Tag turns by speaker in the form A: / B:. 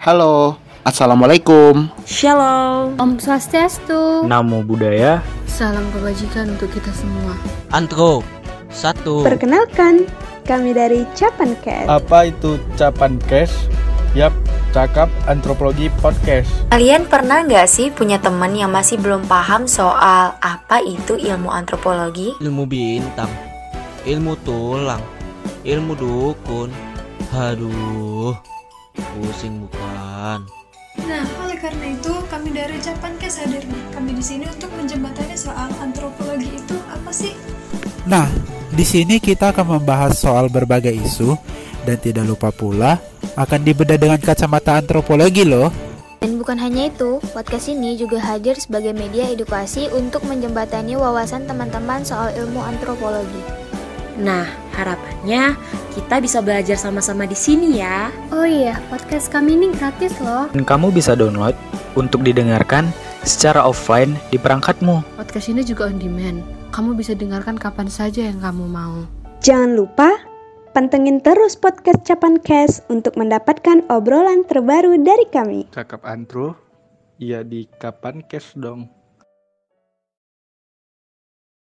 A: Halo, Assalamualaikum.
B: Shalom.
C: Om Swastiastu.
D: Namo Buddhaya.
E: Salam kebajikan untuk kita semua.
F: Antro. Satu.
G: Perkenalkan, kami dari Capan Cash.
H: Apa itu Capan Cash? Yap, Cakap Antropologi Podcast.
I: Kalian pernah nggak sih punya teman yang masih belum paham soal apa itu ilmu antropologi?
F: Ilmu bintang. Ilmu tulang. Ilmu dukun. Aduh, pusing bukan.
J: Nah, oleh karena itu, kami dari Capankes hadir nih. Kami di sini untuk menjembatani soal antropologi itu apa sih?
K: Nah, di sini kita akan membahas soal berbagai isu dan tidak lupa pula akan dibedah dengan kacamata antropologi loh.
C: Dan bukan hanya itu, podcast ini juga hadir sebagai media edukasi untuk menjembatani wawasan teman-teman soal ilmu antropologi.
B: Nah, harapannya kita bisa belajar sama-sama di sini ya.
C: Oh iya, podcast kami ini gratis loh.
D: Dan kamu bisa download untuk didengarkan secara offline di perangkatmu.
E: Podcast ini juga on demand. Kamu bisa dengarkan kapan saja yang kamu mau.
G: Jangan lupa Pantengin terus podcast Capan Cash untuk mendapatkan obrolan terbaru dari kami.
H: Cakap antro, ya di Kapan Cash dong.